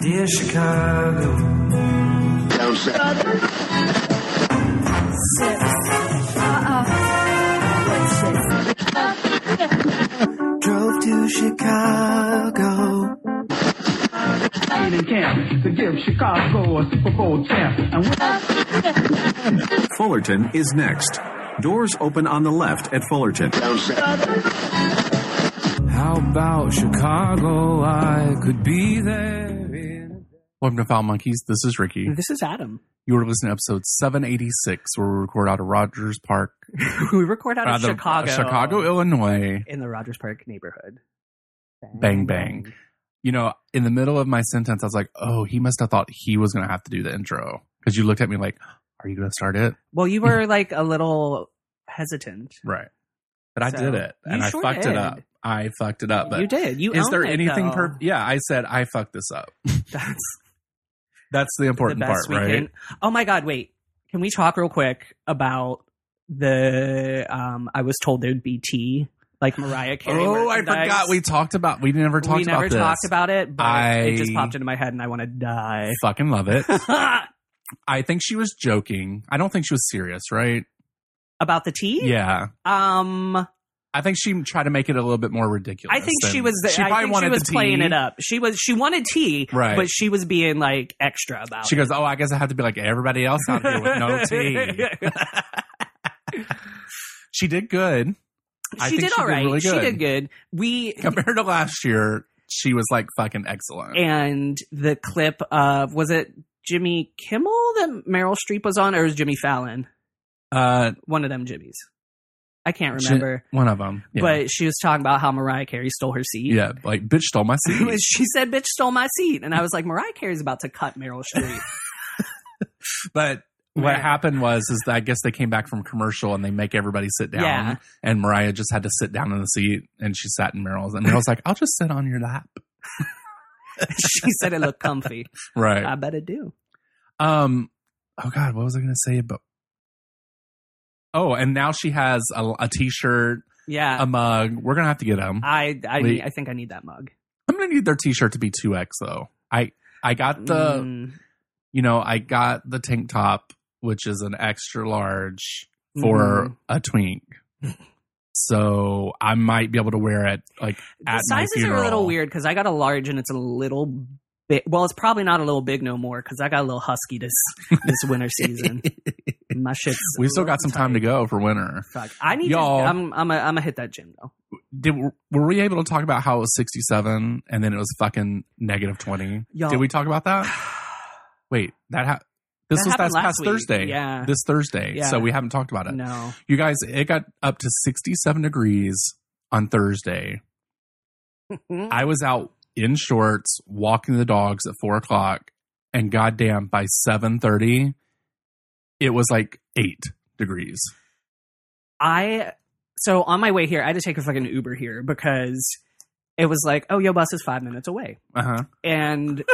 Dear Chicago. Drove to Chicago. Made in camp to give Chicago a Super Bowl champ. And when Fullerton is next. Doors open on the left at Fullerton. How about Chicago? I could be there. In... Welcome to Foul Monkeys. This is Ricky. This is Adam. You are listening to episode 786, where we record out of Rogers Park, we record out uh, of the- Chicago. Chicago, Illinois. In the Rogers Park neighborhood. Bang, bang. You know, in the middle of my sentence, I was like, "Oh, he must have thought he was going to have to do the intro," because you looked at me like, "Are you going to start it?" Well, you were like a little hesitant. Right. But I So, did it, you and I sure fucked did. it up. I fucked it up. Uh, But you did. You is own there it, anything? though. Per- yeah, I said I fucked this up. That's That's the important the best part, right? weekend. Oh my God! Wait, can we talk real quick about the? Um, I was told there'd be tea, like Mariah Carey. Oh, I merchandise. forgot we talked about. We never talked we never about this. talked about it, but it just I- popped into my head, and I want to die. Fucking love it. I think she was joking. I don't think she was serious, right? about the tea? Yeah. Um, I think she tried to make it a little bit more ridiculous. I think than- she was. She I probably think wanted she was the tea. playing it up. She was. She wanted tea, Right. But she was being like extra about. She it. goes, "Oh, I guess I have to be like everybody else out here with no tea." she did good I she think did she all did right. really She good. did good. We compared to last year. She was like fucking excellent. and the clip of was it Jimmy Kimmel that Meryl Streep was on, or was Jimmy Fallon? uh, One of them Jimmys. I can't she- remember. one of them, yeah. But she was talking about how Mariah Carey stole her seat. yeah, like bitch stole my It was- seat. she said, "Bitch stole my seat," and I was like, "Mariah Carey's about to cut Meryl Streep." but what Right. happened was is that I guess they came back from commercial and they make everybody sit down, Yeah. and Mariah just had to sit down in the seat, and she sat in Meryl's, and Meryl's like, "I'll just sit on your lap," she said, uh, "It looked comfy." right? I bet it do. Um. Oh God, what was I going to say about? Oh, and now she has a, a T-shirt, Yeah, a mug. We're gonna have to get them. I I, we- need, I think I need that mug. I'm gonna need their T-shirt to be two X though. I I got the Mm, you know I got the tank top, which is an extra large for mhm. a twink. So I might be able to wear it like the at my sizes are a little funeral. weird because I got a large and it's a little bit. Well, it's probably not a little big no more because I got a little husky this this winter season. My shit's we still got some time to go for winter. Fuck. I need Y'all- to. I'm I'm a, I'm a hit that gym though. Did were we able to talk about how it was 67 and then it was fucking negative 20? Y'all- Did we talk about that? Wait, that ha- this That was happened past, last past week. Thursday. Yeah. This Thursday. Yeah. So we haven't talked about it. no. You guys, it got up to 67 degrees on Thursday. Mm-hmm. I was out in shorts walking the dogs at four o'clock, and goddamn, by 7:30, it was like eight degrees. I so on my way here, I had to take a fucking Uber here because it was like, oh, your bus is five minutes away, Uh huh. and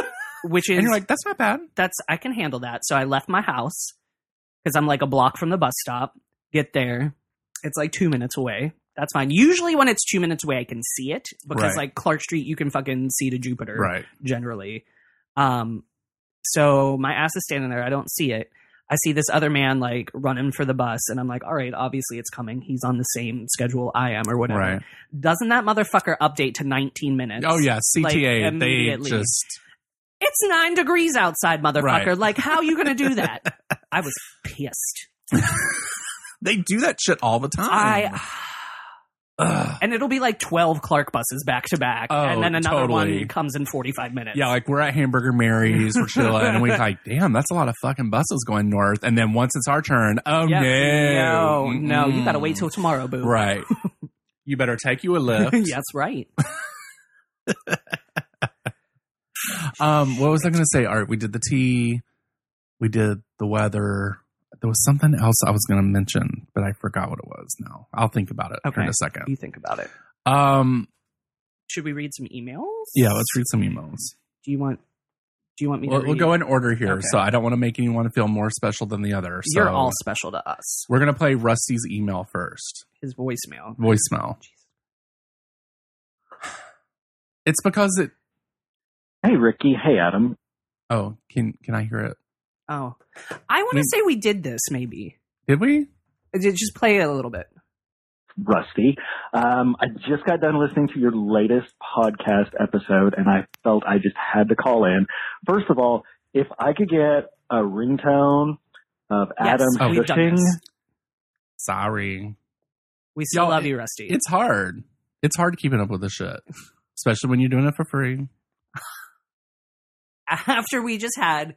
which is And you're like, that's not bad. that's I can handle that. So I left my house because I'm like a block from the bus stop. Get there, it's like two minutes away. That's fine. Usually when it's two minutes away, I can see it because Right. like Clark Street, you can fucking see to Jupiter Right. generally. Um, so my ass is standing there. I don't see it. I see this other man like running for the bus, and I'm like, all right, obviously it's coming. He's on the same schedule I am, or whatever. Right. Doesn't that motherfucker update to 19 minutes? Oh yeah, like, CTA. they immediately. just it's nine degrees outside, motherfucker. Right. Like, how you gonna do that? I was pissed. they do that shit all the time. I Ugh. and it'll be like twelve Clark buses back to back, Oh, and then another totally. one comes in forty five minutes. Yeah, like we're at Hamburger Mary's, we're chilling, and we're like, damn, that's a lot of fucking buses going north. And then once it's our turn, oh Yep. no. no, no, you gotta wait Mm-mm. till tomorrow, boo. Right. you better take you a lift. That's right. Um, what was I gonna say? All right, we did the tea, we did the weather. There was something else I was gonna mention, but I forgot what it was now. I'll think about it here in Okay. a second. You think about it. Um Should we read some emails? yeah, let's read some emails. Do you want? Do you want me We'll, to? we'll read? go in order here, Okay. so I don't want to make anyone feel more special than the other. So You're all special to us. we're gonna play Rusty's email first. His voicemail. voicemail. It's because it Hey, Ricky. Hey, Adam. Oh, can can I hear it? Oh, I want to Maybe- say we did this. Maybe Did we? Uh, ju- just play it a little bit. Rusty. Um, I just got done listening to your latest podcast episode, and I felt I just had to call in. First of all, if I could get a ringtone of Yes, Adam Oh. we've done shushing, this. Sorry. We still Y'all, love you, Rusty. It's hard. It's hard keeping up with this shit, especially when you're doing it for free. after we just had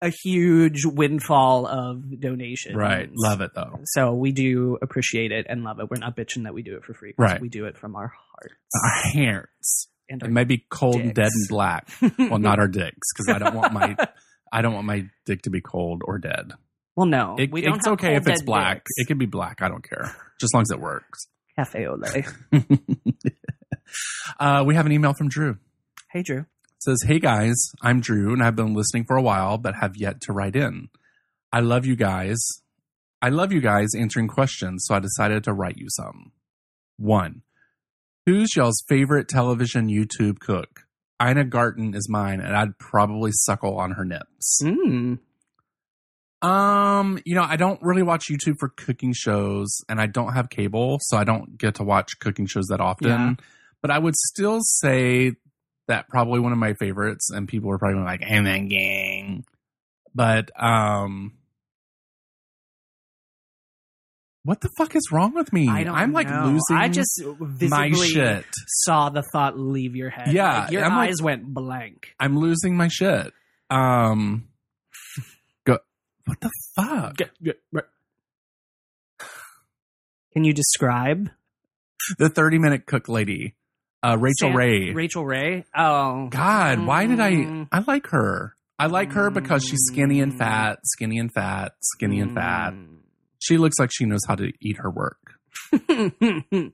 a huge windfall of donations. Right. Love it though. So we do appreciate it and love it. We're not bitching that we do it for free. 'cause Right. We do it from our hearts. Our hands. and It our may be cold and dead Dicks. and black. Well, not our dicks, because I don't want my I don't want my dick to be cold or dead. Well, no. It, we don't it's have okay if cold it's dead black. dicks. It can be black. I don't care. Just as long as it works. Cafe au lait. uh, we have an email from Drew. Hey, Drew. says, Hey guys, I'm Drew and I've been listening for a while, but have yet to write in. I love you guys. I love you guys answering questions, so I decided to write you some. One, who's y'all's favorite television YouTube cook? Ina Garten is mine, and I'd probably suckle on her nips. Mm. Um, you know, I don't really watch YouTube for cooking shows, and I don't have cable, so I don't get to watch cooking shows that often. Yeah. But I would still say that probably one of my favorites, and people are probably gonna be like, and then gang. But um What the fuck is wrong with me? I don't I'm like know. losing I just visibly my shit. saw the thought leave your head. Yeah, Like, your I'm like- eyes went blank. I'm losing my shit. Um go what the fuck? Can you describe the 30 minute cook lady, uh, Rachel Sam- Ray. Rachel Ray? Oh, God, why did I? Mm. I like her. I like her because she's skinny and Mm. fat, skinny and fat, skinny and fat. Mm. She looks like she knows how to eat her work.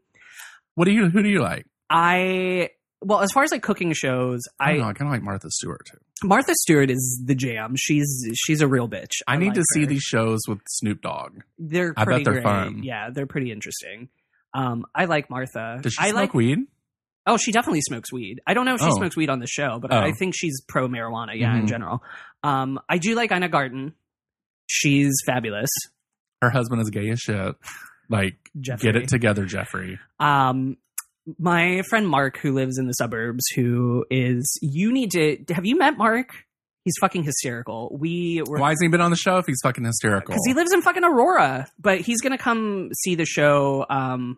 What do you? Who do you like? I well, as far as like cooking shows, I, don't I know. I kind of like Martha Stewart too. Martha Stewart is the jam. She's she's a real bitch. I, need like to see her. these shows with Snoop Dogg. They're I bet pretty they're great. fun. Yeah, they're pretty interesting. Um, I like Martha. Does she I smoke like. weed? Oh, she definitely smokes weed. I don't know if she Oh. smokes weed on the show, but Oh. I think she's pro marijuana. Yeah, in Mhm. general. Um, I do like Ina Garten. She's fabulous. Her husband is gay as shit. Like, Jeffrey. get it together, Jeffrey. um my friend mark who lives in the suburbs who is you need to have you met mark he's fucking hysterical we were Why hasn't he been on the show if he's fucking hysterical? because he lives in fucking aurora but he's gonna come see the show um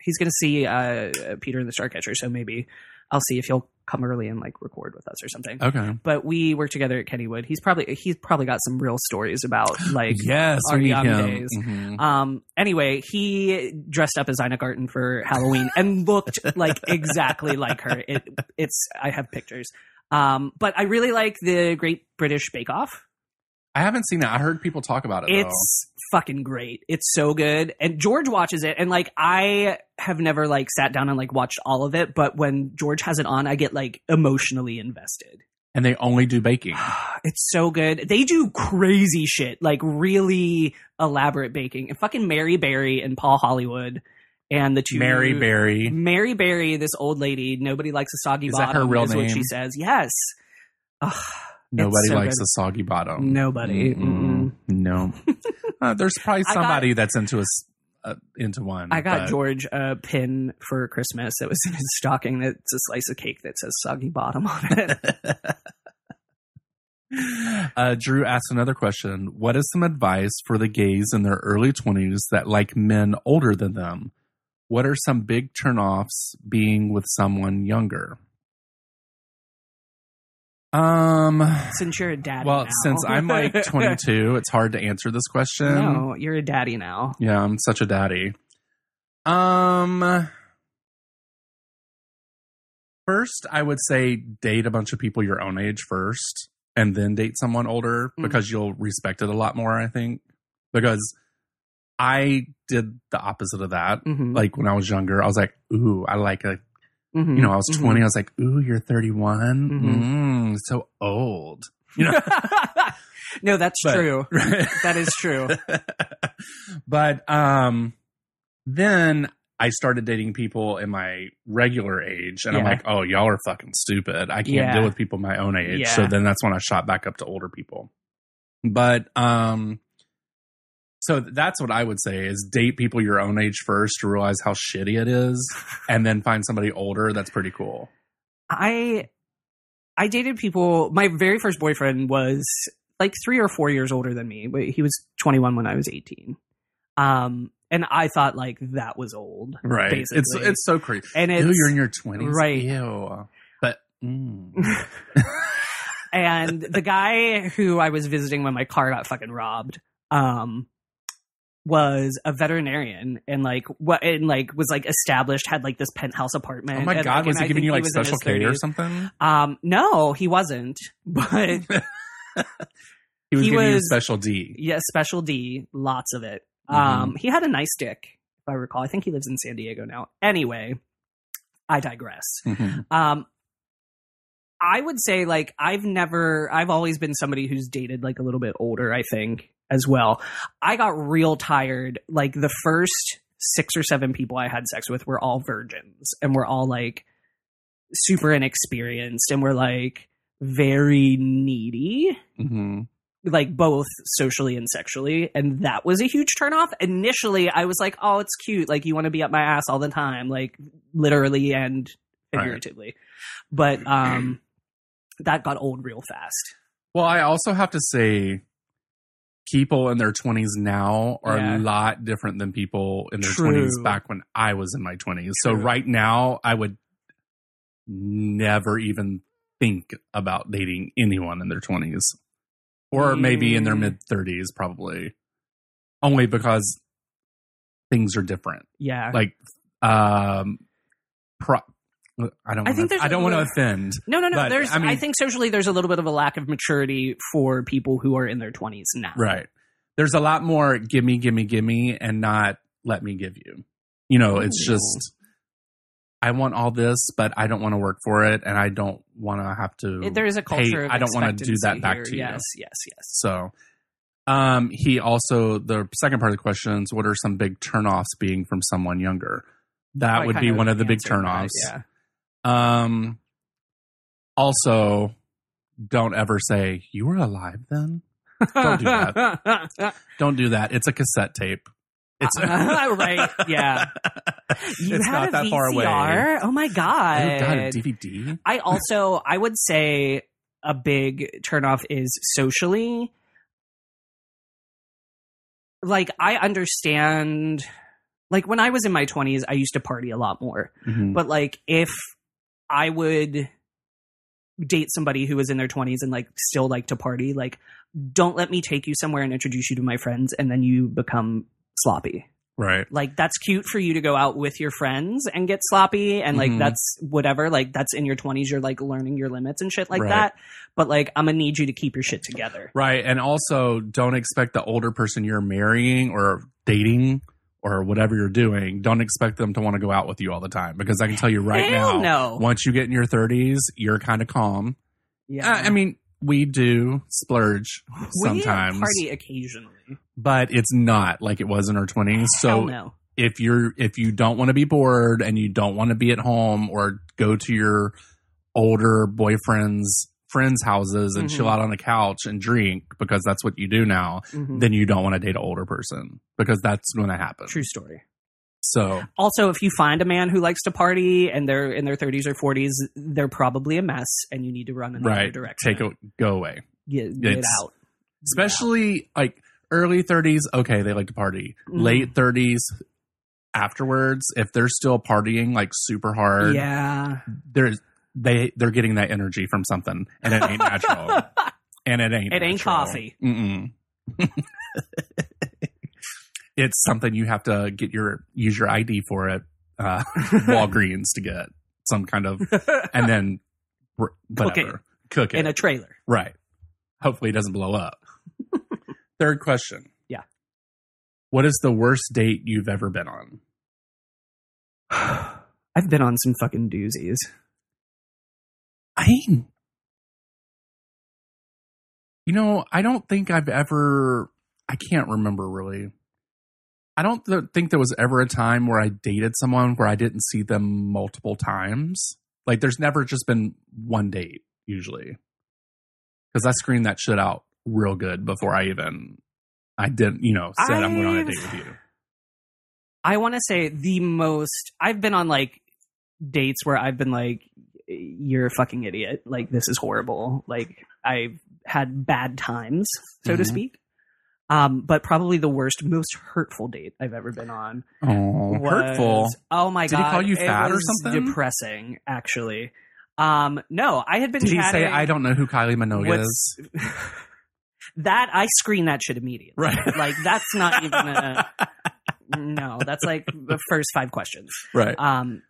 he's gonna see uh peter and the starcatcher so maybe i'll see if he'll come early and like record with us or something okay. but we work together at kennywood he's probably he's probably got some real stories about like yes, our we need young him. days. Mhm. Um. Anyway, he dressed up as Ina Garten for Halloween and looked like exactly like her. It, it's I have pictures. Um. But I really like the Great British Bake Off. I haven't seen it. I heard people talk about it. though. It's fucking great. It's so good. And George watches it, and like I have never like sat down and like watched all of it, but when George has it on, I get like emotionally invested. and they only do baking. It's so good. They do crazy shit, like really elaborate baking. And fucking Mary Berry and Paul Hollywood and the two Mary Berry. Mary Berry, this old lady. Nobody likes a soggy Is that her bottom. real is what she name? says. Yes. Ugh. Nobody so likes good. a soggy bottom. Nobody. Oh, Mm-mm. No. Uh, there's probably I got- somebody that's into a s- uh, into one. I got but- George a pin for Christmas that was in his stocking. That's a slice of cake that says soggy bottom on it. Uh, Drew asked another question. What is some advice for the gays in their early 20s that like men older than them? What are some big turnoffs being with someone younger? Um, since you're a daddy. well, now. since I'm like 22, it's hard to answer this question. no, you're a daddy now. Yeah, I'm such a daddy. Um First, I would say date a bunch of people your own age first and then date someone older Mm. because you'll respect it a lot more, I think. Because I did the opposite of that. Mhm. Like when I was younger, I was like, ooh, I like a Mhm. you know, I was Mhm. 20, I was like, ooh, you're 31. Mm, so old. You know. no, that's But- true. That is true. but um then I started dating people in my regular age, and I'm Yeah. like, oh, y'all are fucking stupid. I can't Yeah. deal with people my own age. Yeah. So then that's when I shot back up to older people. But um, so that's what I would say is date people your own age first to realize how shitty it is, and then find somebody older. That's pretty cool. I I dated people. My very first boyfriend was like three or four years older than me. But He was 21 when I was 18. Um, and I thought like that was old, Right? It's Basically. it's so creepy. and Ew, it's you're in your twenties, right. Ew. But mm. and the guy who I was visiting when my car got fucking robbed, um, was a veterinarian and like what and like was like established had like this penthouse apartment. oh my and, god, like, was and he I giving think you like was in his special care or 30s. something? Um, no, he wasn't. But He was He giving you was- special D. yeah, special D, lots of it. Um, he had a nice dick, if I recall. I think he lives in San Diego now. Anyway, I digress. Mhm. Um, I would say like I've never, I've always been somebody who's dated like a little bit older. I think as well. I got real tired. Like the first six or seven people I had sex with were all virgins, and we're all like super inexperienced, and we're like very needy Mhm. like both socially and sexually and that was a huge turnoff initially i was like oh it's cute like you want to be up my ass all the time like literally and Right. figuratively but um that got old real fast Well, I also have to say, people in their 20s now are a Yeah. lot different than people in their True. 20s back when I was in my 20s. So True. right now, I would never even think about dating anyone in their 20s or maybe in their Mm. mid 30s, probably. Only because things are different. yeah Like, um, pro- I don't. I think Wanna, there's I don't want to a- offend. no no no but, there's I I, mean- think socially there's a little bit of a lack of maturity for people who are in their 20s now Right. There's a lot more gimme, gimme, gimme, and not let me give you. You know, it's Ooh. just I want all this, but I don't want to work for it, and I don't want to have to. It- there is a pay- culture of I don't wanna do expectancy that back here. to you. yes yes yes so, um, he also the second part of the question is what are some big turnoffs being from someone younger? That I would kind be one of the big answered that, turnoffs. yeah Um, also, don't ever say you were alive then. Don't do that Don't do that. It's a cassette tape. It's right yeah You it's had not a that far away. VCR? Oh my god! Oh, God, a DVD. I also I would say a big turnoff is socially. Like I understand, like when I was in my twenties, I used to party a lot more. Mm-hmm. Mm. But like if I would date somebody who was in their twenties and like still like to party, like don't let me take you somewhere and introduce you to my friends, and then you become sloppy Right. like that's cute for you to go out with your friends and get sloppy and like Mhm. that's whatever like that's in your 20s you're like learning your limits and shit like Right. that but like i'm gonna need you to keep your shit together Right. And also, don't expect the older person you're marrying or dating or whatever you're doing, don't expect them to want to go out with you all the time. Because I can tell you right Hell now, no once you get in your 30s, you're kind of calm. yeah I I mean, we do splurge We sometimes, party occasionally but it's not like it was in our 20s. hell So no if you're if you don't want to be bored and you don't want to be at home or go to your older boyfriend's friends' houses and Mhm. chill out on the couch and drink because that's what you do now, Mhm. then you don't want to date an older person because that's going to happen. true story So also if you find a man who likes to party and they're in their 30s or 40s they're probably a mess and you need to run in another right, direction take it, go away. get, get it's- out Especially like early 30s, okay, they like to party. Mhm. Late 30s, afterwards, if they're still partying like super hard, yeah there's they they're getting that energy from something, and it ain't natural, and it ain't It ain't natural. coffee. Mm-mm. it's something you have to get your use your ID for it. Uh, Walgreens to get some kind of, and then br- Cook it. whatever cook it, in a trailer right. Hopefully, it doesn't blow up. Third question. Yeah. What is the worst date you've ever been on? I've been on some fucking doozies. I mean, you know, I don't think I've ever. I can't remember really. I don't th- think there was ever a time where I dated someone where I didn't see them multiple times. Like there's never just been one date usually. Cuz I screened that shit out real good before I even I didn't, you know, said i am going on a I've- date with you. I want to say the most I've been on like dates where I've been like, "You're a fucking idiot. Like this is horrible. Like I've had bad times, so to Mhm. speak." Um, but probably the worst, most hurtful date I've ever been on. Oh, was- hurtful. Oh my Did he god! call you it fat or was something? Depressing, actually. Um, no, I had been. Did he say chatting- I don't know who Kylie Minogue What's- is? that I screen that shit immediately. Right. Like that's not even a no. That's like the first five questions. Right. Um,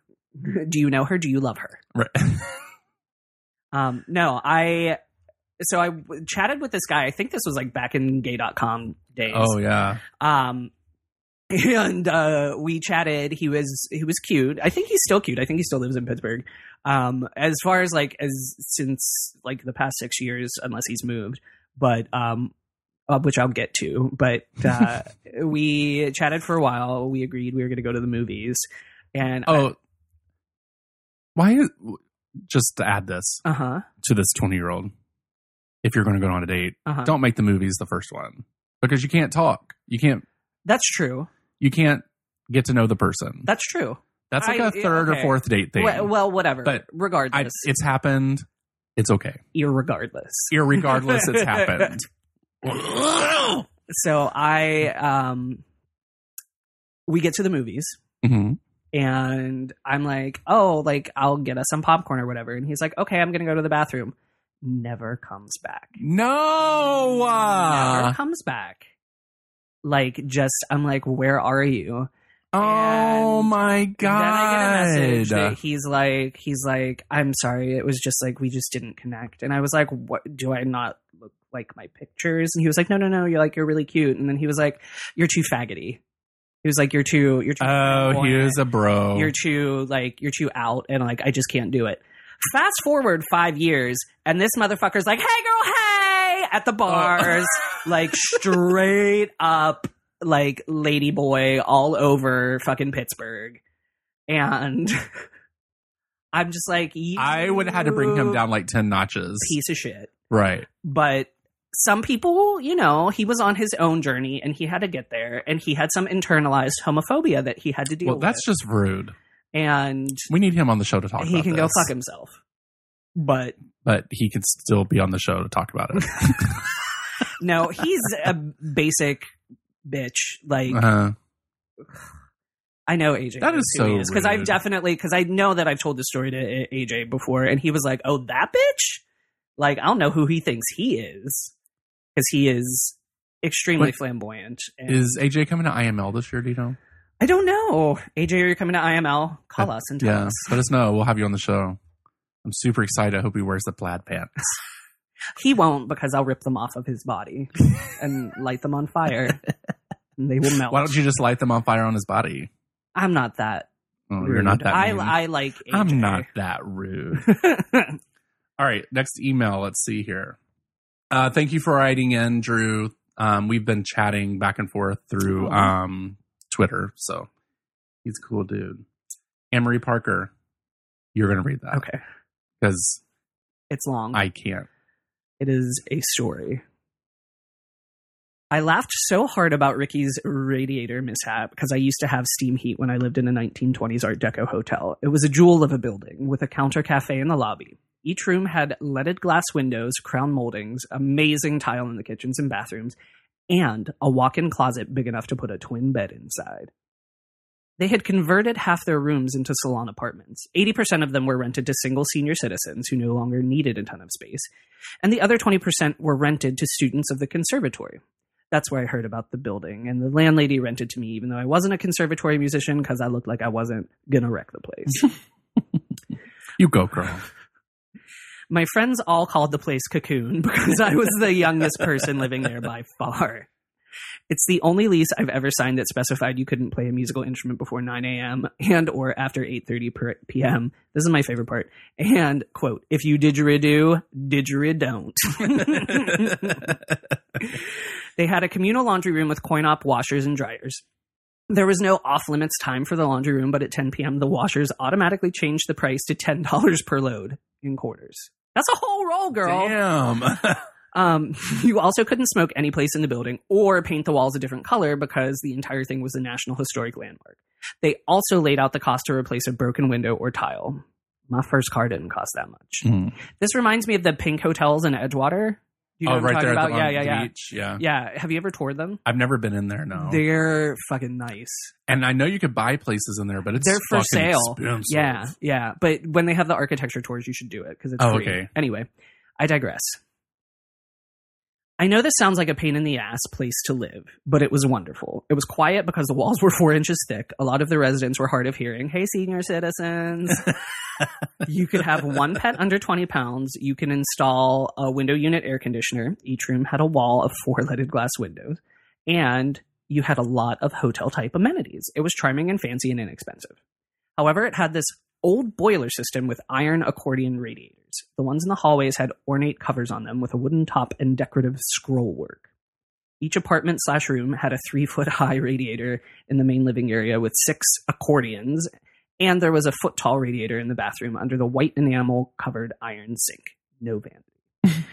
do you know her? Do you love her? right. Um, no, I. So I w- chatted with this guy. I think this was like back in gay.com days. oh yeah. Um, and uh, we chatted. He was he was cute. I think he's still cute. I think he still lives in Pittsburgh. Um, as far as like as since like the past six years, unless he's moved, but um, uh, which I'll get to. But uh, we chatted for a while. We agreed we were going to go to the movies, and Oh. Why is just to add this uh huh to this 20-year-old if you're going to go on a date, uh huh. don't make the movies the first one because you can't talk. You can't That's true. you can't get to know the person. That's true. That's like I- e, a third okay. or fourth date thing. Well, well, whatever. But I, regardless, it's happened. It's okay. irregardless. Irregardless, it's happened. So I, um, we get to the movies, hmm and I'm like, oh, like I'll get us some popcorn or whatever, and he's like, okay, I'm gonna go to the bathroom. Never comes back. No. Never comes back. Like, just I'm like, where are you? oh And my And god. Then I get a message that he's like, he's like, I'm sorry, it was just like we just didn't connect. And I was like, what? Do I not look like my pictures? And he was like, No, no, no, you're like you're really cute. And then he was like, You're too faggoty. He was like, You're too, you're too. oh, he flamboyant. is a bro. You're too like you're too out, and like I just can't do it. Fast forward five years, and this motherfucker's like, "Hey, girl, hey!" Oh. at the bars, like straight up, like lady boy all over fucking Pittsburgh, and I'm just like, I would have had to bring him "You down like 10 notches. piece of shit." Right. but some people, you know, he was on his own journey, and he had to get there, and he had some internalized homophobia that he had to deal Well, that's with, just rude. and We need him on the show to talk he about can go this, fuck himself. But But he could still be on the show to talk about it. no, he's a basic bitch. Like uh-huh. I know AJ. That is so because I've rude. definitely because I know that I've told the story to A- AJ before, and he was like, "Oh, that bitch." Like I don't know who he thinks he is because he is extremely Wait. flamboyant. And Is AJ coming to IML this year? Do you know? I don't know. AJ, are you coming to IML? Call Uh, us and tell Yeah, us. let us know. We'll have you on the show. I'm super excited. I hope he wears the plaid pants. He won't because I'll rip them off of his body and light them on fire. and they will melt. Why don't you just light them on fire on his body? I'm not that. Oh, rude. you're not that. I, mean. I like. AJ. I'm not that rude. All right, next email. Let's see here. Uh, thank you for writing in, Drew. Um, we've been chatting back and forth through Oh. um, Twitter, so he's a cool dude. Amory Parker, you're gonna read that okay. because It's long. I can't. It is a story. I laughed so hard about Ricky's radiator mishap because I used to have steam heat when I lived in a 1920s Art Deco hotel. It was a jewel of a building with a counter cafe in the lobby. Each room had leaded glass windows, crown moldings, amazing tile in the kitchens and bathrooms, and a walk in closet big enough to put a twin bed inside. They had converted half their rooms into salon apartments. 80% of them were rented to single senior citizens who no longer needed a ton of space and the other 20% were rented to students of the conservatory. That's where I heard about the building, and the landlady rented to me, even though I wasn't a conservatory musician because I looked like I wasn't gonna wreck the place. You go, girl. My friends all called the place Cocoon because I was the youngest person living there by far. It's the only lease I've ever signed that specified you couldn't play a musical instrument before 9 a.m. and or after 8:30 per- p.m. This is my favorite part. And quote: "If you didgeridoo, didgeridoo don't." they had a communal laundry room with coin op washers and dryers. There was no off limits time for the laundry room, but at 10 p.m., the washers automatically changed the price to $10 per load in quarters. That's a whole roll, girl. Damn. Um, you also couldn't smoke any place in the building or paint the walls a different color because the entire thing was a National Historic Landmark. They also laid out the cost to replace a broken window or tile. My first car didn't cost that much. Hmm. This reminds me of the pink hotels in Edgewater. You oh, know what I'm right talking there at the, about? on yeah, the yeah, yeah. beach. Yeah. Yeah. Have you ever toured them? I've never been in there, no. They're fucking nice. and I know you could buy places in there, but it's They're for fucking sale. expensive. Yeah, yeah. But when they have the architecture tours, you should do it because it's Oh, free. okay. Anyway, I digress. I know this sounds like a pain in the ass place to live, but it was wonderful. It was quiet because the walls were four inches thick. A lot of the residents were hard of hearing. Hey, senior citizens. you could have one pet under 20 pounds. You can install a window unit air conditioner. Each room had a wall of four leaded glass windows. And you had a lot of hotel type amenities. It was charming and fancy and inexpensive. However, it had this old boiler system with iron accordion radiators. The ones in the hallways had ornate covers on them with a wooden top and decorative scroll work. Each apartment slash room had a three foot high radiator in the main living area with six accordions, and there was a foot tall radiator in the bathroom under the white enamel covered iron sink. No vanity.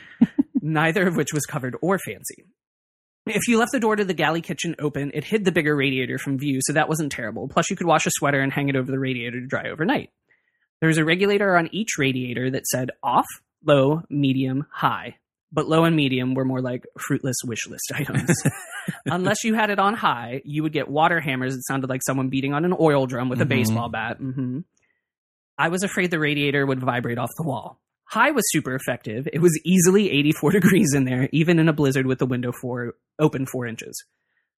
Neither of which was covered or fancy. If you left the door to the galley kitchen open, it hid the bigger radiator from view, so that wasn't terrible. Plus, you could wash a sweater and hang it over the radiator to dry overnight. There was a regulator on each radiator that said off, low, medium, high. But low and medium were more like fruitless wish list items. Unless you had it on high, you would get water hammers that sounded like someone beating on an oil drum with a Mhm. baseball bat. hmm I was afraid the radiator would vibrate off the wall. High was super effective. It was easily 84 degrees in there, even in a blizzard with the window four open four inches.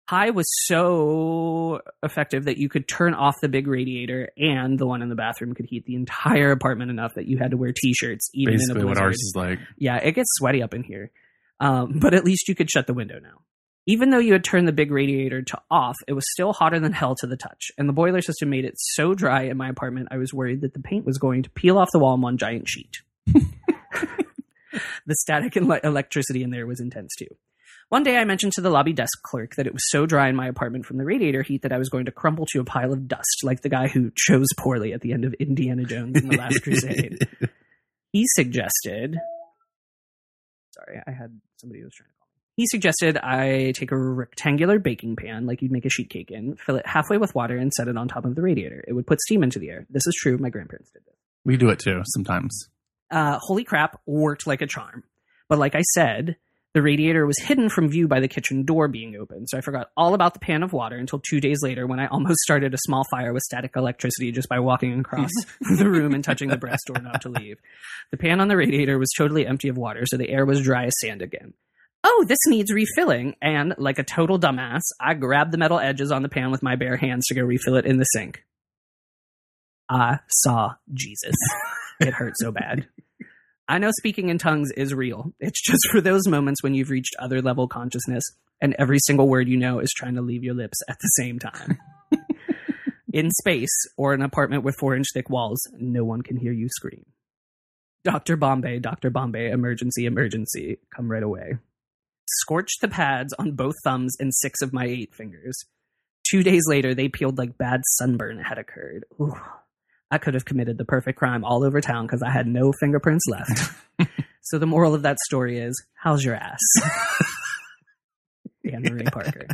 High was so effective that you could turn off the big radiator and the one in the bathroom could heat the entire apartment enough that you had to wear t-shirts even Basically in a what blizzard. ours is like. yeah, it gets sweaty up in here. Um, but at least you could shut the window now. Even though you had turned the big radiator to off, it was still hotter than hell to the touch, and the boiler system made it so dry in my apartment I was worried that the paint was going to peel off the wall in one giant sheet. the static and le- electricity in there was intense too. One day I mentioned to the lobby desk clerk that it was so dry in my apartment from the radiator heat that I was going to crumble to a pile of dust like the guy who chose poorly at the end of Indiana Jones and the Last Crusade. He suggested Sorry, I had somebody who was trying to call me. He suggested I take a rectangular baking pan like you'd make a sheet cake in, fill it halfway with water and set it on top of the radiator. It would put steam into the air. This is true, my grandparents did this We do it too sometimes. uh, holy crap worked like a charm. But like I said, the radiator was hidden from view by the kitchen door being open, so I forgot all about the pan of water until two days later when I almost started a small fire with static electricity just by walking across the room and touching the brass doorknob to leave. The pan on the radiator was totally empty of water, so the air was dry as sand again. Oh, this needs refilling. And like a total dumbass, I grabbed the metal edges on the pan with my bare hands to go refill it in the sink. I saw Jesus. It hurt so bad. I know speaking in tongues is real. It's just for those moments when you've reached other level consciousness and every single word you know is trying to leave your lips at the same time. in space or an apartment with four inch thick walls, no one can hear you scream. Dr. Bombay, Dr. Bombay, emergency, emergency, come right away. Scorched the pads on both thumbs and six of my eight fingers. Two days later, they peeled like bad sunburn had occurred. Ooh. I could have committed the perfect crime all over town because I had no fingerprints left. so the moral of that story is, how's your ass? Anne Marie Parker.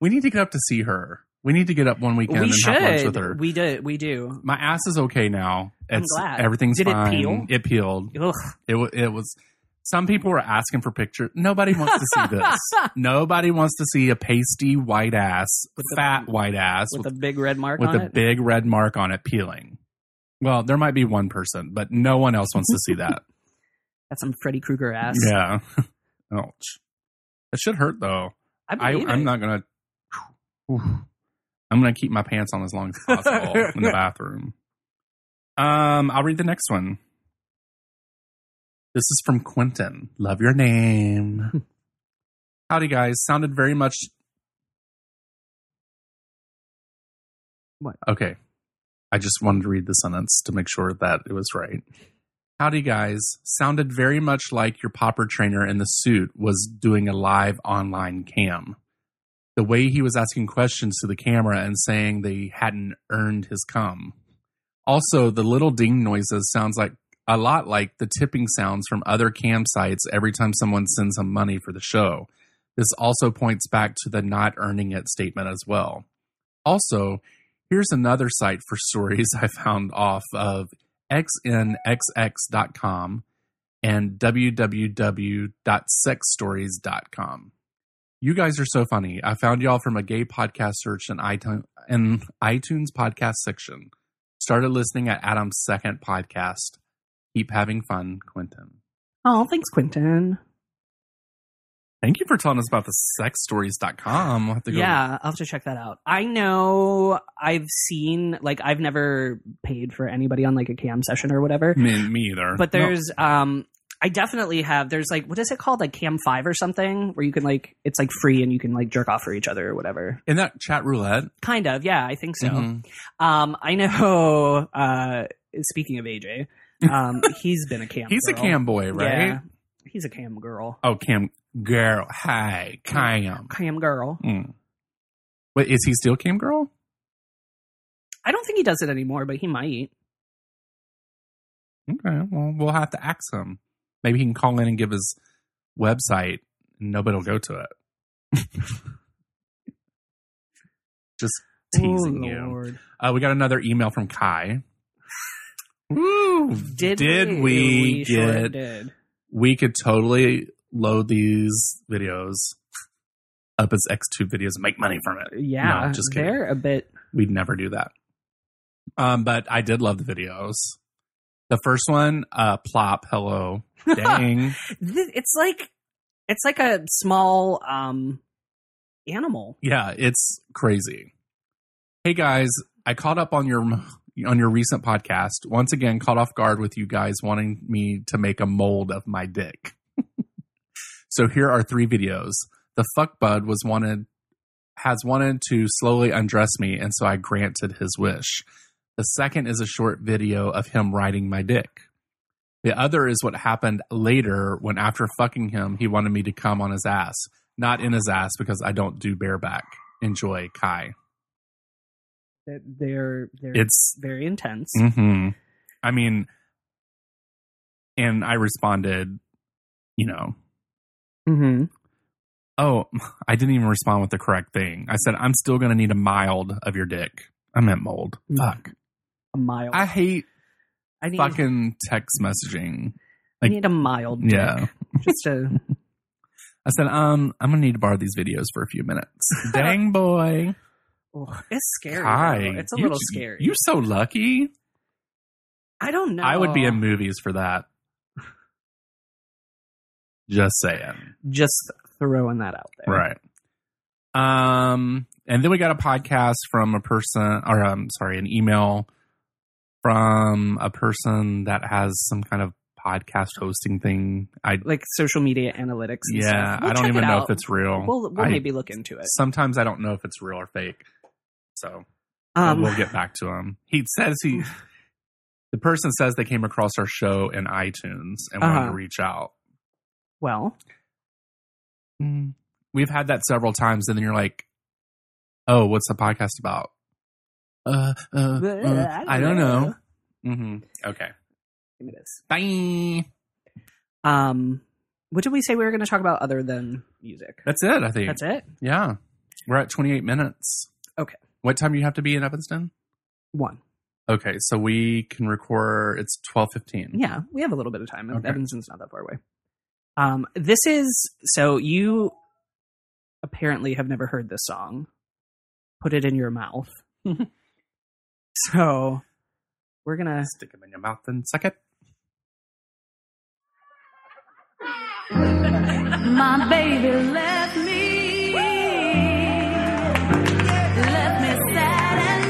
We need to get up to see her. We need to get up one weekend we and have lunch with her. should. We do. We do. My ass is okay now. I'm It's glad. everything's Did it fine. peel? It peeled. Ugh. It wa- it was. Some people were asking for pictures. Nobody wants to see this. Nobody wants to see a pasty white ass, With the- fat white ass With with, a big red mark with on a it. big red mark on it peeling. Well, there might be one person, but no one else wants to see that. That's some Freddy Krueger ass. yeah. Ouch. That should hurt though. I, believe I'm it. not gonna. Oof. I'm gonna keep my pants on as long as possible in the bathroom. Um, I'll read the next one. This is from Quentin. Love your name. Howdy, guys. Sounded very much. What? Okay. I just wanted to read the sentence to make sure that it was right. Howdy, guys. Sounded very much like your popper trainer in the suit was doing a live online cam. the way he was asking questions to the camera and saying they hadn't earned his cum. Also, the little ding noises sounds like a lot like the tipping sounds from other campsites every time someone sends him money for the show. This also points back to the not earning it statement as well. Also, here's another site for stories I found off of xnxx.com and www.sexstories.com. You guys are so funny. I found y'all from a gay podcast search in iTunes, in iTunes podcast section. Started listening at Adam's second podcast. Keep having fun, Quentin. Oh, thanks, Quentin. Thank you for telling us about the sexstories.com. I'll have to go- Yeah, I'll have to check that out. I know I've seen like I've never paid for anybody on like a cam session or whatever. Me, me either. But No. there's um I definitely have there's like what is it called? Like Cam Five or something where you can like it's like free and you can like jerk off for each other or whatever. in that chat roulette. Kind of, yeah, I think so. Mhm. Um I know uh speaking of AJ, um he's been a cam He's a girl. cam boy, right? Yeah. He's a cam girl. Oh, cam girl. Hi, cam. Cam girl. Mm. Wait, is he still cam girl? I don't think he does it anymore, but he might. Okay, well, we'll have to ask him. Maybe he can call in and give his website, and nobody will go to it. Just teasing oh, you. Lord. Uh, we got another email from Kai. Woo! Did, Did we sure get- did. We could totally load these videos up as X2 videos and make money from it. Yeah, No, just kidding. they're a bit We'd never do that. Um, but I did love the videos. The first one, uh, plop, hello, dang. th- it's like it's like a small um animal yeah, it's crazy. Hey guys, I caught up on your on your recent podcast. Once again, caught off guard with you guys wanting me to make a mold of my dick. so here are three videos. The fuck bud was wanted has wanted to slowly undress me, and so I granted his wish. The second is a short video of him riding my dick. The other is what happened later when, after fucking him, he wanted me to come on his ass. Not in his ass because I don't do bareback. Enjoy, Kai. That they're they're It's. very intense hmm I mean, and I responded, you know, mm-hmm. oh, I didn't even respond with the correct thing. I said, I'm still going to need a mild of your dick. I meant mold. Fuck. a mild I hate I need, fucking text messaging. I need a mild dick. Yeah. just a I said, um, I'm gonna need to borrow these videos for a few minutes. Dang boy. oh, it's scary Hi. though. it's a You- little scary You're so lucky. i don't know I would be in movies for that. Just saying. just throwing that out there Right. Um, and then we got a podcast from a person, or um, sorry, an email from a person that has some kind of podcast hosting thing. I like social media analytics and yeah, stuff. We'll I don't check even it know out. if it's real. we'll, we'll I- maybe look into it sometimes I don't know if it's real or fake. So um we'll get back to him. He says he, the person says they came across our show in iTunes and wanted Uh-huh. to reach out. well Mm. We've had that several times, and then you're like, "Oh, what's the podcast about?" Uh, uh, uh, I don't know. hmm Okay, Give me this. bye. um what did we say we were going to talk about other than music That's it. I think that's it Yeah, we're at 28 minutes. Okay. What time do you have to be in Evanston? one Okay, so we can record. It's 12:15. Yeah, we have a little bit of time. Okay. Evanston's not that far away. Um, this is so you apparently have never heard this song. Put it in your mouth. so we're gonna. um, Stick them in your mouth and suck it. My baby left me. Left me sad and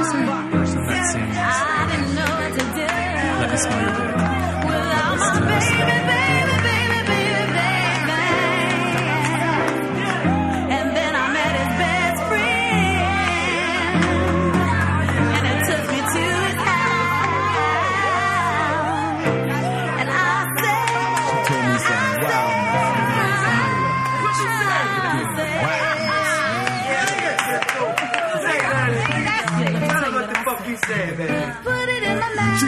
Is this the same blue. person that sings I didn't know what to "Let me do. smell your dick"? Without my baby, baby, baby, baby, baby. And then I met his best friend. And it took me to his house. And I said, Tony's saying, wow, man. What you say? She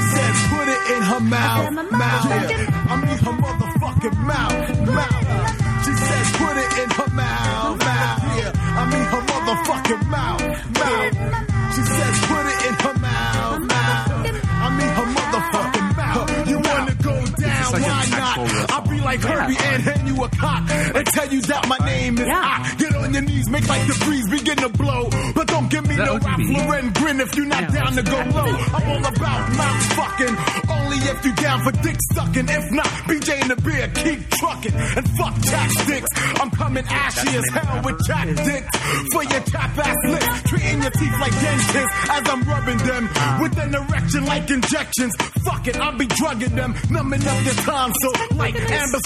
said, put it in her mouth. my mouth. motherfucking- I mean her motherfucking mouth. Mouth. She says, put it in her mouth. Mouth. Yeah. I mean her motherfucking mouth. Mouth. She says, put it in her mouth. Mouth. I mean her motherfucking mouth. You wanna go down? like a Why sexual not? riff I'll be like Herbie and hand you a cock and tell you that my name is Yeah. I. Get on your knees, make like the breeze begin to blow. But don't give me Is that no Ralph OTB? Lauren grin if you're not No. down to go low. I'm all about mouth fucking. Only if you down for dick sucking. If not, BJ and the beer, keep trucking. And fuck chapsticks. I'm coming ashy as hell with chapsticks. For your tap ass lips. Treating your teeth like dentists as I'm rubbing them. With an erection like injections. Fuck it, I'll be drugging them. Numbing up your tonsil like ambassador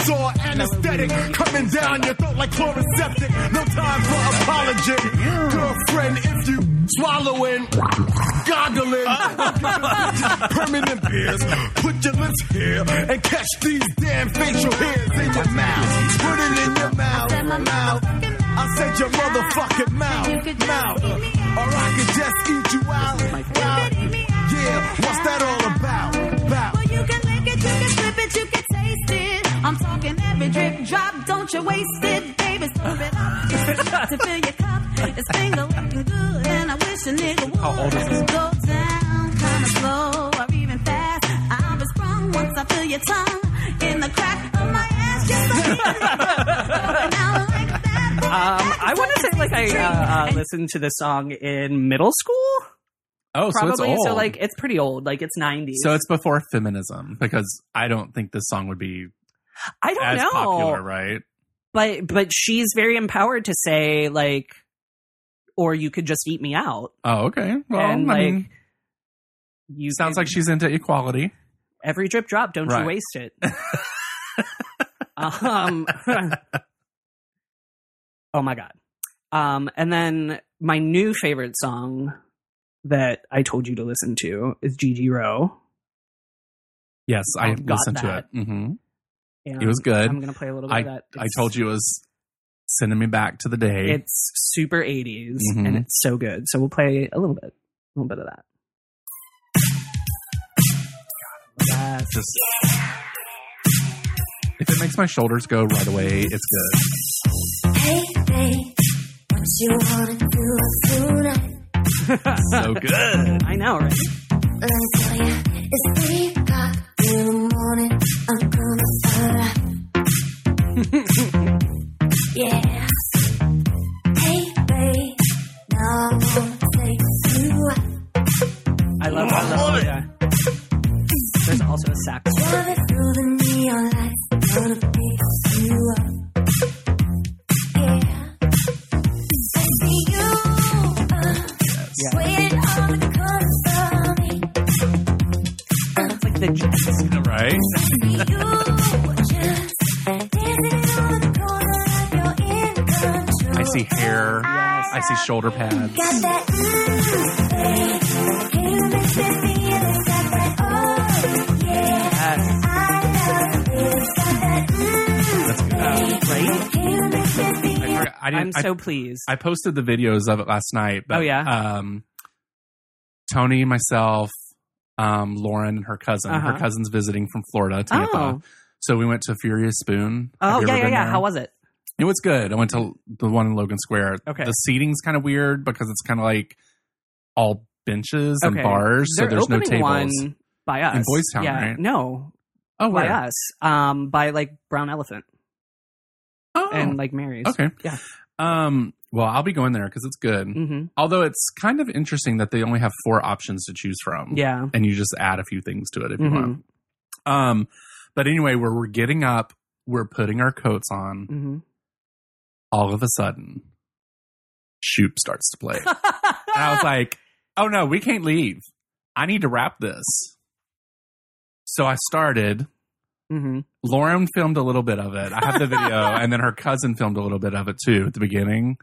anesthetic. Coming down your throat like chloroseptic. No time for apology. Girlfriend, if you swallowing, goggling. permanent beers. Put your lips here and catch these damn facial hairs in your mouth. Put it in your mouth. mouth. I said your motherfucking mouth. Mouth. Or I could just eat you out. out. Yeah, what's that all about? About. Well, you can lick it, you can strip it, you can taste it. I'm talking every drip drop, don't you waste it, baby. Serve it up, it's enough to fill your cup. It's finger licking good, and I wish a nigga would How old is this? go down kind of slow or even fast. I'll be sprung once I feel your tongue in the crack of my ass. Yes, I feel it. Now I like that. Um, I want to say like I uh, uh, listened to this song in middle school, Oh, probably. so it's old. like it's pretty old, like it's nineties. so it's before feminism because I don't think this song would be I don't as know, popular, right? but but she's very empowered to say like, or you could just eat me out. Oh, okay. Well, And, I like, mean, You sounds can- like she's into equality. every drip drop, don't Right. you waste it. um, oh my god. Um, and then my new favorite song that I told you to listen to is Gigi Rowe. Yes, I Oh, got listened to that. it. hmm And It was good. I'm gonna play a little bit of that. I told you it was sending me back to the day. it's super 80s Mhm. and it's so good. So we'll play a little bit, a little bit of that. Yes. just if it makes my shoulders go right away, it's good. Hey, babe, what you wanna do tonight? So good. I know, right? Let me tell ya, it's three o'clock in the morning. I'm gonna start up. yeah. Hey, babe, now I wanna take you out. I love, I love, it. Yeah. There's also a sax. Driving through the neon lights, gonna pick you up. Yeah. I see you, uh, waiting on the corner for me. It's like the jazz. right? Oh. uh, I I see hair. I see shoulder pads. Got that mm, babe. You make me feel it's got that oh uh, yeah. Yes. I love it. It's got that mm, Right? babe. You make me feel I, forgot- I I'm didn't. so pleased. I, I posted the videos of it last night. But, Oh, yeah? Um, Tony, myself, um, Lauren, and her cousin. Uh-huh. Her cousin's visiting from Florida, Tampa. Oh, So we went to Furious Spoon. oh yeah, yeah, yeah. How was it? It was good. I went to the one in Logan Square. Mm. Okay. The seating's kind of weird because it's kind of like all benches Okay. and bars, so They're there's no opening tables. One by us In Boys Town, yeah, right? No, oh, by where? us. Um, by like Brown Elephant Oh, and like Mary's. okay. yeah. Um. Well, I'll be going there because it's good. hmm Although it's kind of interesting that they only have four options to choose from. Yeah. And you just add a few things to it if Mhm. you want. Um. But anyway, where we're getting up, we're putting our coats on. hmm All of a sudden, Shoop starts to play. And I was like, oh no, we can't leave. I need to wrap this. So I started. hmm Lauren filmed a little bit of it. I have the video. and then her cousin filmed a little bit of it too at the beginning.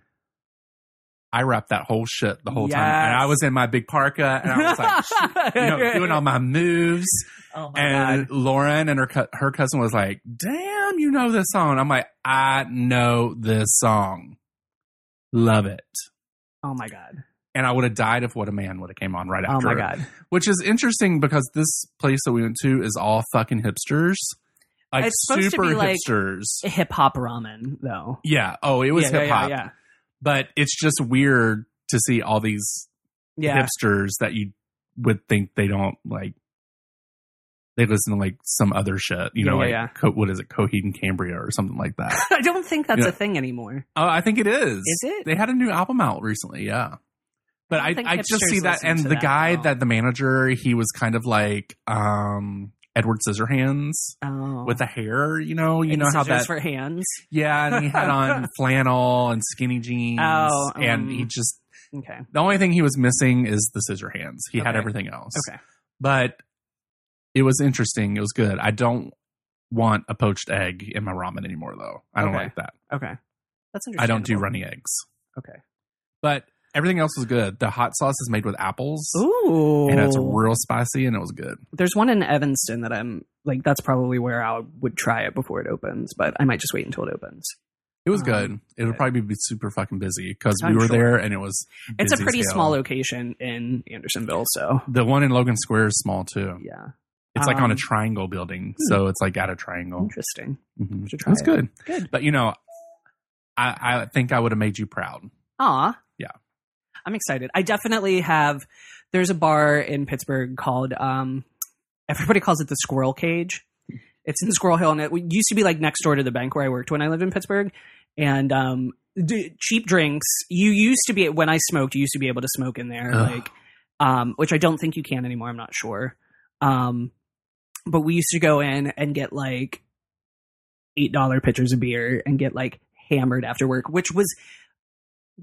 I wrapped that whole shit the whole time. And Yes. I was in my big parka and I was like, you know, doing all my moves. Oh my And Lauren and her cou- her cousin was like, damn, you know this song. I'm like, I know this song. Love it. Oh my god. and I would have died if What a Man would have came on right Oh after. my it. god. Which is interesting because this place that we went to is all fucking hipsters, like It's supposed to super be, like- hipsters. Hip hop ramen though. yeah. Oh, it was yeah, yeah, hip hop, Yeah, yeah. but it's just weird to see all these Yeah. hipsters that you would think they don't like. They listen to like some other shit, you Yeah, know, yeah, like yeah. Co- what is it, Coheed and Cambria or something like that. I don't think that's Yeah. a thing anymore. Oh, I think it is. Is it? They had a new album out recently, yeah. But I I, don't think I just hipsters see that, listen and to the that guy now. that the manager, he was kind of like um Edward Scissorhands Oh. with the hair, you know, you And know how scissors that, for hands. yeah, and he had on flannel and skinny jeans, Oh, um, and he just Okay. the only thing he was missing is the scissor hands. He had Okay. everything else, Okay. but it was interesting. It was good. I don't want a poached egg in my ramen anymore, though. I don't Okay. like that. Okay. That's interesting. I don't do runny eggs. Okay. But everything else was good. The hot sauce is made with apples. Ooh. And it's real spicy and it was good. There's one in Evanston that I'm like that's probably where I would try it before it opens, but I might just wait until it opens. It was Um, good. It would good. probably be super fucking busy because we I'm were sure. there and it was. It's busy a as pretty hell. small location in Andersonville, so The one in Logan Square is small too. yeah. It's like on a Um, triangle building, so it's like at a triangle. Interesting. hmm should try That's it. good. Good. But you know, I, I think I would have made you proud. Aw. Yeah. I'm excited. I definitely have there's a bar in Pittsburgh called um everybody calls it the squirrel cage. It's in Squirrel Hill and it used to be like next door to the bank where I worked when I lived in Pittsburgh. And um d- cheap drinks. You used to be when I smoked, you used to be able to smoke in there, Ugh. like um which I don't think you can anymore, I'm not sure. Um but we used to go in and get like eight dollar pitchers of beer and get like hammered after work, which was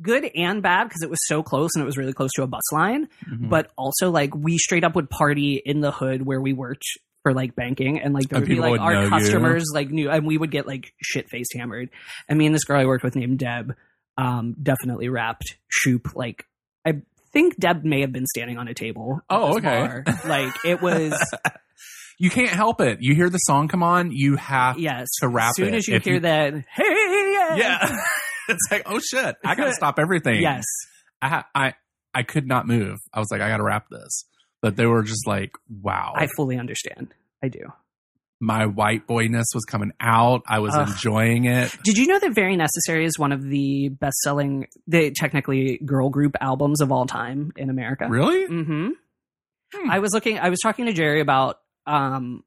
good and bad because it was so close and it was really close to a bus line. Mhm. But also like we straight up would party in the hood where we worked for like banking and like there And would be people would like know our you. customers like knew and we would get like shit faced hammered. And me and this girl I worked with named Deb um definitely wrapped Shoop like I think Deb may have been standing on a table. at Oh, this okay. bar. Like it was you can't help it. You hear the song come on, you have yes. to wrap As soon it. as you If hear you- that, hey, yeah. Yeah. it's like, oh shit, I gotta stop everything. yes, I ha- I I could not move. I was like, I gotta wrap this. But they were just like, wow. I fully understand. I do. My white boyness was coming out. I was Ugh. enjoying it. Did you know that Very Necessary is one of the best selling, the technically girl group albums of all time in America? Really? Mm-hmm. Hmm. I was looking, I was talking to Jerry about um,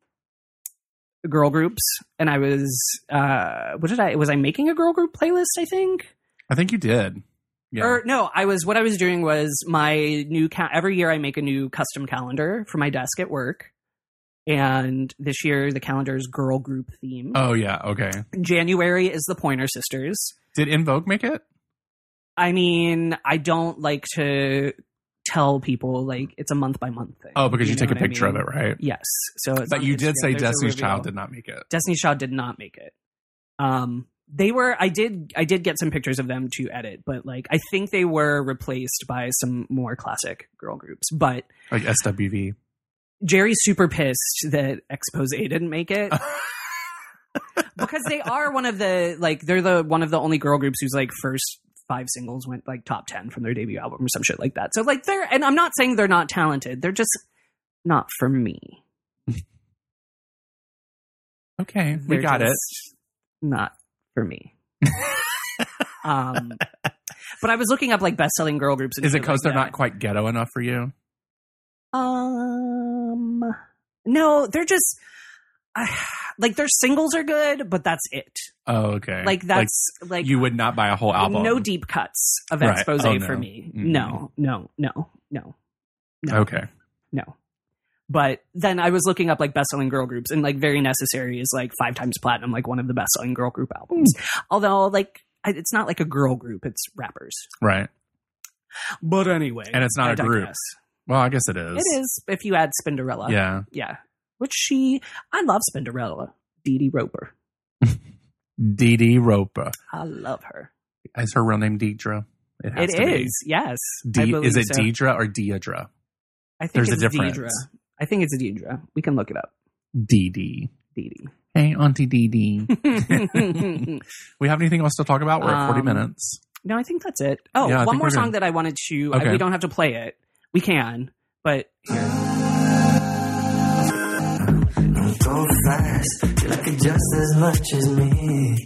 girl groups, and I was, uh, what did I, was I making a girl group playlist, I think? I think you did. Yeah. Or no, I was, what I was doing was my new, ca- every year I make a new custom calendar for my desk at work. And this year the calendar is girl group themed. oh yeah. Okay. January is the Pointer Sisters. Did Invoke make it? I mean, I don't like to tell people like it's a month by month thing. Oh, because you, know took a what I picture mean? of it, right? Yes. So, it's But on you did Instagram. say There's a Destiny's reveal. Child did not make it. Destiny's Child did not make it. Um, they were. I did. I did get some pictures of them to edit, but like I think they were replaced by some more classic girl groups. But Like SWV. Jerry's super pissed that Expose didn't make it. because they are one of the like they're the one of the only girl groups whose like first five singles went like top 10 from their debut album or some shit like that. So like they're and I'm not saying they're not talented. They're just not for me. Okay, we They're got it. just Not for me. um but I was looking up like best-selling girl groups and Is it shit because like they're that. not quite ghetto enough for you? Um, no, they're just uh, like their singles are good, but that's it. Oh, okay. Like that's like, you would not buy a whole album. no deep cuts of Right. expose Oh, no. for me. Mm. No, no, no, no, no, Okay. no. But then I was looking up like best-selling girl groups, and like very necessary is like five times platinum, like one of the best-selling girl group albums. Mm. Although like I- it's not like a girl group; it's rappers. Right. But anyway, And it's not I a group. digress. Well, I guess it is. It is if you add Spinderella. Yeah. Yeah. Which she, I love Spinderella. Dee Dee Roper. Dee Dee Roper. I love her. Is her real name Deidre? It It has to be. is, yes. I D- believe is it so. Deidre or Deidre? I think There's a it's difference. Deidre. I think it's Deidre. We can look it up. Dee Dee. Dee Hey, Auntie Dee Dee. Dee. we have anything else to talk about? We're at 40 Um, minutes. No, I think that's it. Oh, Yeah, I one think more we're song good. that I wanted to. Okay. We don't have to play it. We can, but go fast. You like it just as much as me.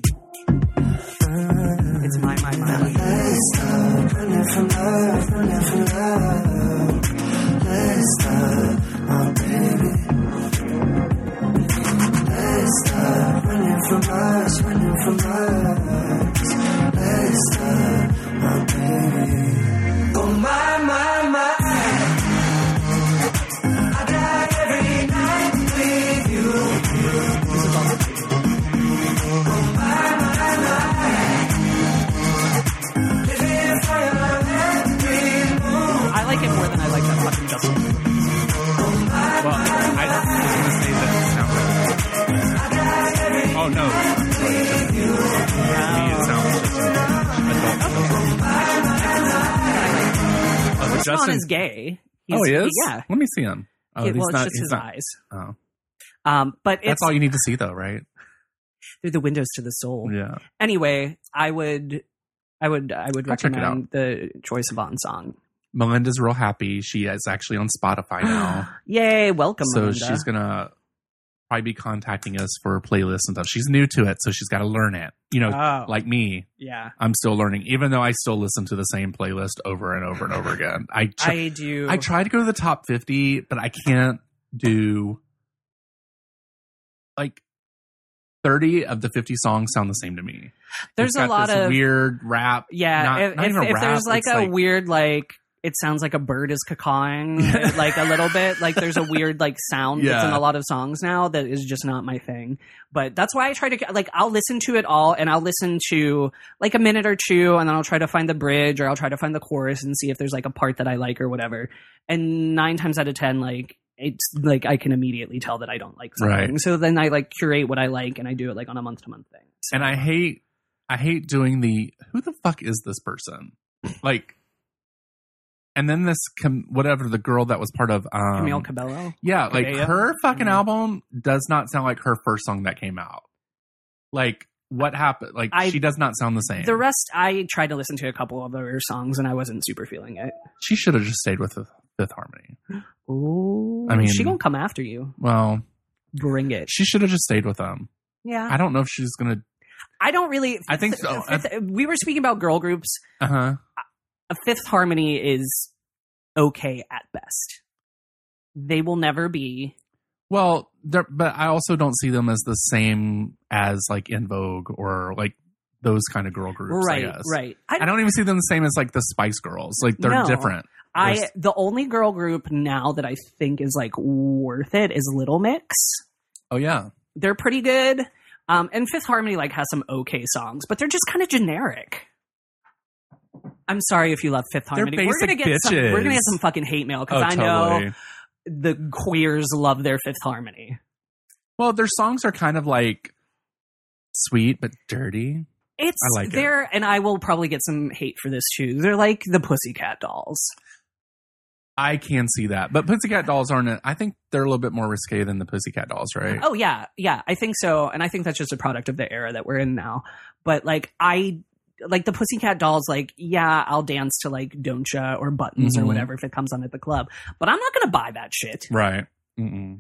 it's my my my. Let's go. Running from love, running from love. Let's go, my baby. Let's go. Running from us, running from us. Let's go, my baby. Oh my, my, my. I die every night with you. Living for your every I like it more than I like that fucking Justin. Well, I was going to say that it sounded. Oh no! Me, it sounds just adult. Oh, This one is gay. He's, oh, he is. Yeah. Let me see him. Oh, he's It- well, it's not. just he's his not. eyes. Oh. Um, but it's That's all you need to see, though, right? through the windows to the soul. Yeah. Anyway, I would, I would, I would I'll check it recommend the Troy Sivan song. Melinda's real happy. She is actually on Spotify now, Yay! Welcome. so Melinda. she's gonna probably be contacting us for playlists and stuff. She's new to it, so she's got to learn it. You know, Oh, like me, yeah. I'm still learning, even though I still listen to the same playlist over and over and over again. I tr- I do. I, try to go to the top 50, but I can't do like 30 of the 50 songs sound the same to me. There's It's a got lot this of weird rap. Yeah, not- if, not if, even a if rap, there's like it's a like- weird like it sounds like a bird is cawing like a little bit like there's a weird like sound that's in Yeah. a lot of songs now that is just not my thing but that's why i try to like i'll listen to it all and i'll listen to like a minute or two and then i'll try to find the bridge or i'll try to find the chorus and see if there's like a part that i like or whatever and nine times out of ten like it's like i can immediately tell that i don't like something Right. so then i like curate what i like and i do it like on a month to month thing So- And I hate, I hate doing the who the fuck is this person? Like, and then this, com- whatever the girl that was part of, um, camille cabello Yeah, like Correa. her fucking Mhm. album does not sound like her first song that came out. Like what happened? Like I- she does not sound the same. The rest, I tried to listen to a couple of their songs and I wasn't super feeling it. she should have just stayed with the Fifth Harmony. Ooh, I mean- she gonna come after you. Well, Bring it. she should have just stayed with them. Yeah, I don't know if she's gonna. I don't really. I think so. Fifth, we were speaking about girl groups. Uh huh. A Fifth Harmony is okay at best. They will never be. Well, they're- but I also don't see them as the same as like In Vogue or like those kind of girl groups. right, I guess. right. I don't even see them the same as like the Spice Girls. Like they're No. different. I the only girl group now that I think is like worth it is Little Mix. Oh yeah. They're pretty good. Um, and Fifth Harmony like has some okay songs, but they're just kind of generic. I'm sorry if you love Fifth Harmony. we're gonna basic get some. We're gonna bitches. get some fucking hate mail because oh I know the queers love their Fifth Harmony. Well, their songs are kind of like sweet but dirty. It's I like it. they're and I will probably get some hate for this too. They're like the Pussycat Dolls. I can see that. But Pussycat Dolls aren't, a- I think they're a little bit more risque than the Pussycat Dolls, right? Oh yeah, yeah, I think so, and I think that's just a product of the era that we're in now. But like I like the Pussycat Dolls, like yeah, I'll dance to like Don'tcha or Buttons Mhm. or whatever if it comes on at the club, but I'm not gonna buy that shit. Right. Mm-mm.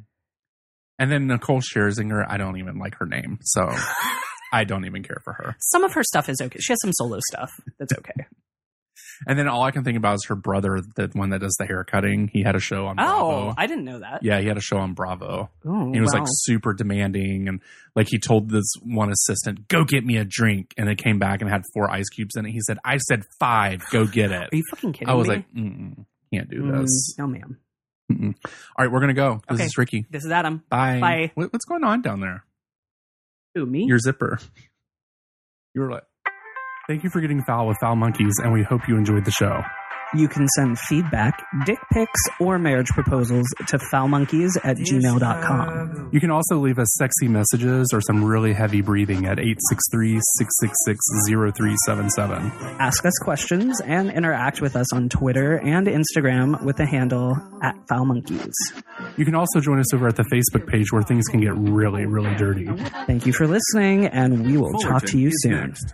And then Nicole Scherzinger, I don't even like her name. So I don't even care for her. Some of her stuff is okay. She has some solo stuff that's okay. And then all I can think about is her brother, the one that does the hair cutting. He had a show on Bravo. Oh, I didn't know that. yeah, he had a show on Bravo. Oh, He was wow. like super demanding and like he told this one assistant, "Go get me a drink," and it came back and had four ice cubes in it. He said, "I said five. Go get it." Are you fucking kidding me? I was like, Mm-mm, "Can't do Mm, this." no, ma'am. Mm-mm. All right, we're gonna go. This Okay. is Ricky. This is Adam. Bye. Bye. What, what's going on down there? Who me? Your zipper. You were like, "Thank you for getting foul with Foul Monkeys," and we hope you enjoyed the show. You can send feedback, dick pics, or marriage proposals to foulmonkeys at gmail.com. You can also leave us sexy messages or some really heavy breathing at 863-666-0377. ask us questions and interact with us on Twitter and Instagram with the handle at Foul Monkeys. You can also join us over at the Facebook page where things can get really, really dirty. Thank you for listening, and we will talk to you soon. next.